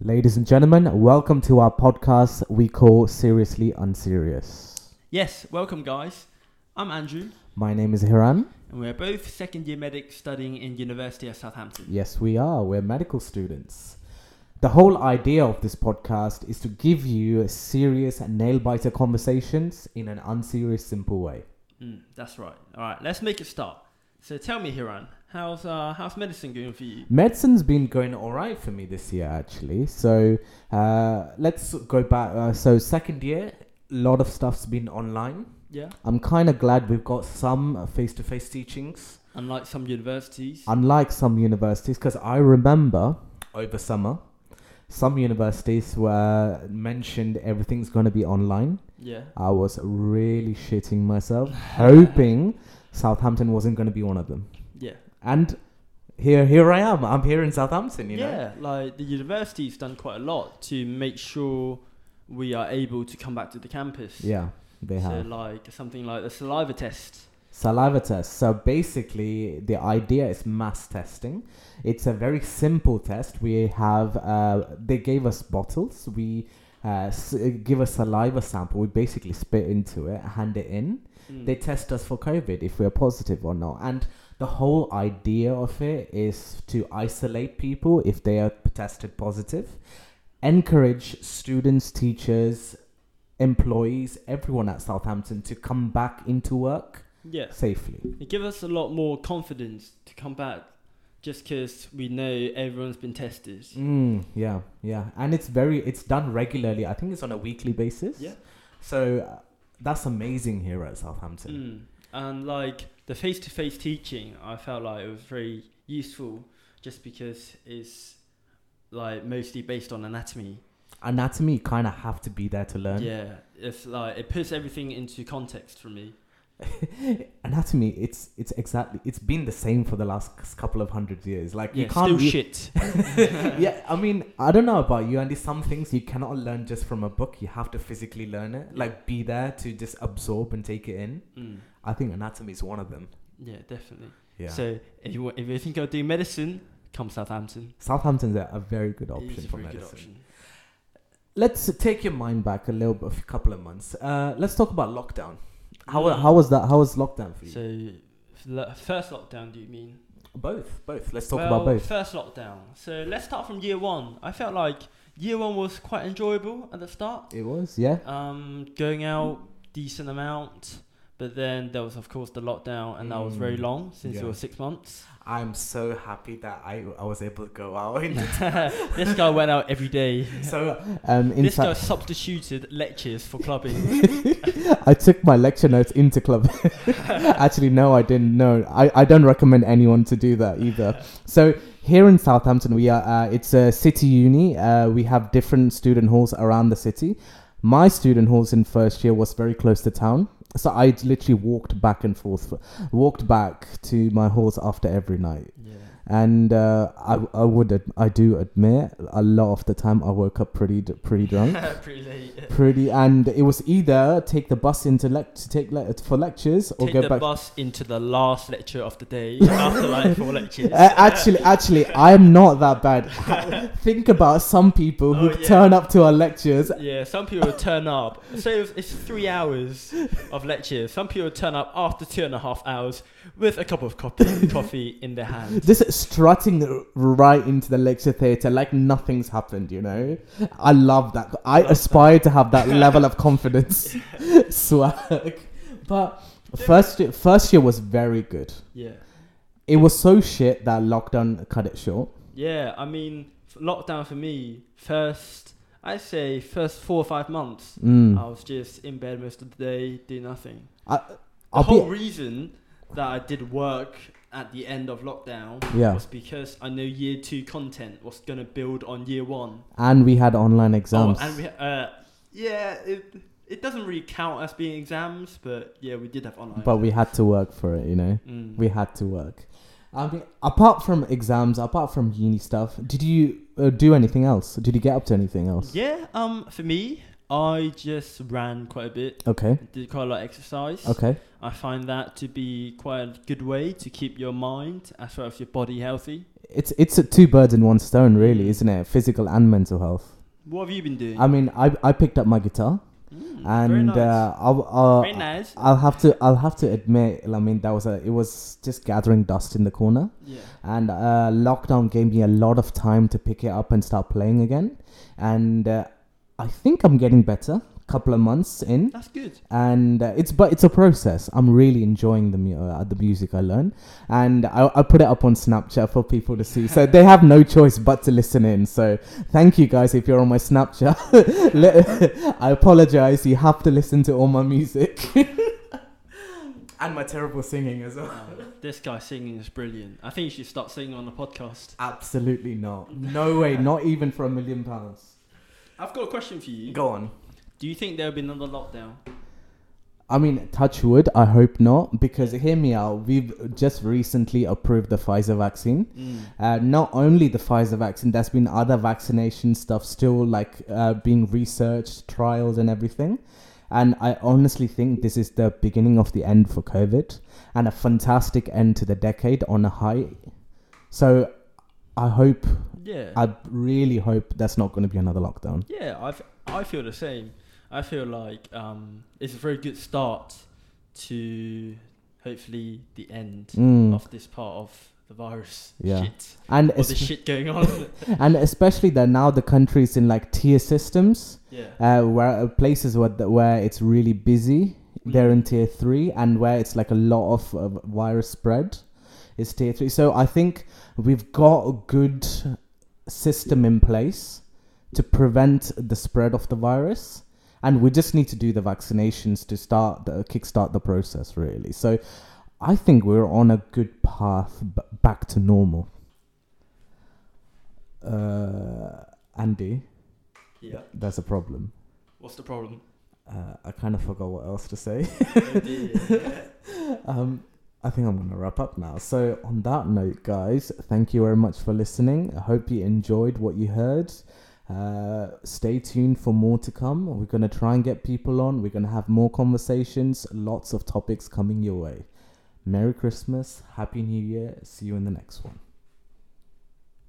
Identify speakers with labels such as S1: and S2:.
S1: Ladies and gentlemen, welcome to our podcast we call Seriously Unserious.
S2: Yes, welcome, guys. I'm Andrew,
S1: My name is Hiran.
S2: and we're both second year medics studying in University of Southampton.
S1: Yes, we are. We're medical students. The whole idea of this podcast is to give you serious nail biter conversations in an unserious, simple way.
S2: Mm, that's right. All right, let's make it start. So tell me, Hiran, how's uh, how's medicine going for you?
S1: Medicine's been going all right for me this year, actually. So uh, let's go back. Uh, so, second year, a lot of stuff's been online.
S2: Yeah.
S1: I'm kind of glad we've got some face to face teachings.
S2: Unlike some universities.
S1: unlike some universities, because I remember over summer, some universities were mentioned everything's going to be online.
S2: yeah.
S1: I was really shitting myself, hoping Southampton wasn't going to be one of them.
S2: Yeah.
S1: And here, here I am. I'm here in Southampton. You know.
S2: yeah. Like the university's done quite a lot to make sure we are able to come back to the campus.
S1: Yeah, they
S2: so
S1: have
S2: like something like the saliva test.
S1: saliva test. So basically, the idea is mass testing. It's a very simple test. We have uh, they gave us bottles. We uh, s- give a saliva sample. We basically spit into it, hand it in.
S2: Mm.
S1: They test us for COVID if we're positive or not. And the whole idea of it is to isolate people if they are tested positive, encourage students, teachers, employees, everyone at Southampton to come back into work
S2: yeah.
S1: safely.
S2: It gives us a lot more confidence to come back just because we know everyone's been tested.
S1: Mm, yeah, yeah, and it's very it's done regularly. I think it's on a weekly basis.
S2: Yeah.
S1: So uh, that's amazing here at Southampton.
S2: Mm. And like the face to face teaching, I felt like it was very useful just because it's like mostly based on anatomy.
S1: Anatomy kind of have to be there to learn.
S2: Yeah, it's like it puts everything into context for me.
S1: Anatomy, it's it's exactly it's been the same for the last c- couple of hundred years. Like
S2: Yeah,
S1: you can't.
S2: still
S1: re-
S2: shit.
S1: yeah, I mean, I don't know about you, Andy. Some things you cannot learn just from a book. You have to physically learn it. Like be there to just absorb and take it in.
S2: Mm.
S1: I think anatomy is one of them.
S2: Yeah, definitely.
S1: Yeah.
S2: So if you wa- if you think I'll do medicine, come Southampton.
S1: Southampton's a, a very good
S2: It is
S1: option
S2: a
S1: for
S2: very good
S1: medicine.
S2: option.
S1: Let's take your mind back a little bit, a couple of months. Uh, let's talk about lockdown. How
S2: Mm.
S1: how was that? How was lockdown for you?
S2: So f- lo- first lockdown, do you mean?
S1: both, both. Let's talk
S2: well,
S1: about both.
S2: First lockdown. So let's start from year one. I felt like year one was quite enjoyable at the start.
S1: It was, yeah.
S2: Um, going out decent amount, but then there was of course the lockdown, and that was very
S1: Mm,
S2: long since
S1: yeah.
S2: it was six months.
S1: I'm so happy that I I was able to go out.
S2: this guy went out every day.
S1: so um, in
S2: This guy
S1: fact,
S2: substituted lectures for clubbing.
S1: I took my lecture notes into club. Actually, no, I didn't. No, I, I don't recommend anyone to do that either. So here in Southampton, we are uh, it's a city uni. Uh, we have different student halls around the city. My student halls in first year was very close to town, so I literally walked back and forth, walked back to my halls after every night.
S2: yeah.
S1: And uh, I, I would ad- I do admit a lot of the time I woke up pretty d- pretty drunk
S2: Pretty late.
S1: pretty and it was either take the bus into lec- to take le- for lectures or
S2: Take
S1: go
S2: the
S1: back
S2: bus into the last lecture of the day after like four lectures.
S1: Uh, actually actually i'm not that bad Ha- think about some people who
S2: Oh, yeah.
S1: turn up to our lectures
S2: Yeah, some people would turn up. Say it's- it's three hours of lecture. Some people would turn up after two and a half hours with a cup of coffee, coffee in their hand.
S1: just strutting r- right into the lecture theatre like nothing's happened you know i love that i
S2: Love that.
S1: aspire to have that level of confidence swag but first year, first year was very good
S2: Yeah,
S1: it was so shit that lockdown cut it short
S2: yeah. I mean, f- lockdown for me first. I say first four or five months,
S1: Mm.
S2: I was just in bed most of the day, do nothing.
S1: I,
S2: The
S1: I'll be-
S2: whole reason that I did work at the end of lockdown
S1: yeah
S2: was because I know year two content was gonna build on year one.
S1: And we had online
S2: Oh,
S1: exams.
S2: and we, uh, yeah, it, it doesn't really count as being exams, but yeah, we did have online.
S1: but we had to work for it, you know?
S2: Mm.
S1: We had to work. I mean, apart from exams, apart from uni stuff, did you uh, do anything else? Did you get up to anything else?
S2: Yeah, um, for me, I just ran quite a bit,
S1: Okay.
S2: did quite a lot of exercise.
S1: Okay.
S2: I find that to be quite a good way to keep your mind as well as your body healthy.
S1: It's it's a two birds in one stone, really, isn't it? Physical and mental health.
S2: What have you been doing?
S1: I mean, I I picked up my guitar,
S2: Mm, very
S1: Uh, and
S2: nice.
S1: uh, I'll, I'll,
S2: very nice.
S1: I'll have to I'll have to admit. I mean, that was a it was just gathering dust in the corner.
S2: yeah.
S1: and uh, lockdown gave me a lot of time to pick it up and start playing again and uh, i think i'm getting better couple of months in
S2: That's good.
S1: and uh, it's but it's a process i'm really enjoying the, mu- uh, the music i learn and I, I put it up on snapchat for people to see so they have no choice but to listen in so thank you guys if you're on my snapchat Le- i apologize you have to listen to all my music and my terrible singing as well
S2: Oh, this guy singing is brilliant. I think you should start singing on the podcast.
S1: Absolutely not. No way. Not even for a million pounds.
S2: I've got a question for you.
S1: Go on.
S2: Do you think there will be another lockdown?
S1: I mean, touch wood. I hope not, because hear me out. We've just recently approved the Pfizer vaccine. Uh, not only the Pfizer vaccine, there's been other vaccination stuff still like uh, being researched, trials, and everything. And I honestly think this is the beginning of the end for COVID and a fantastic end to the decade on a high. So I hope,
S2: Yeah.
S1: I really hope that's not going to be another lockdown.
S2: Yeah, I f- I feel the same. I feel like um, it's a very good start to hopefully the end
S1: Mm.
S2: of this part of the virus
S1: Yeah.
S2: shit
S1: And
S2: or the
S1: es-
S2: shit going on.
S1: and especially that now the country's in like tier systems,
S2: yeah.
S1: uh, where uh, places where the, where it's really busy, they're in
S2: Mm.
S1: tier three, and where it's like a lot of uh, virus spread, is tier three. So I think we've got a good system in place to prevent the spread of the virus. And we just need to do the vaccinations to start the kickstart the process, really. So, I think we're on a good path b- back to normal. Uh, Andy,
S2: Yeah.
S1: there's a problem.
S2: What's the problem?
S1: Uh, I kind of forgot what else to say.
S2: Oh dear.
S1: um, I think I'm going to wrap up now. So, on that note, guys, thank you very much for listening. I hope you enjoyed what you heard. Uh, stay tuned for more to come. We're going to try and get people on. We're going to have more conversations, lots of topics coming your way. Merry Christmas, Happy New Year. See you in the next one.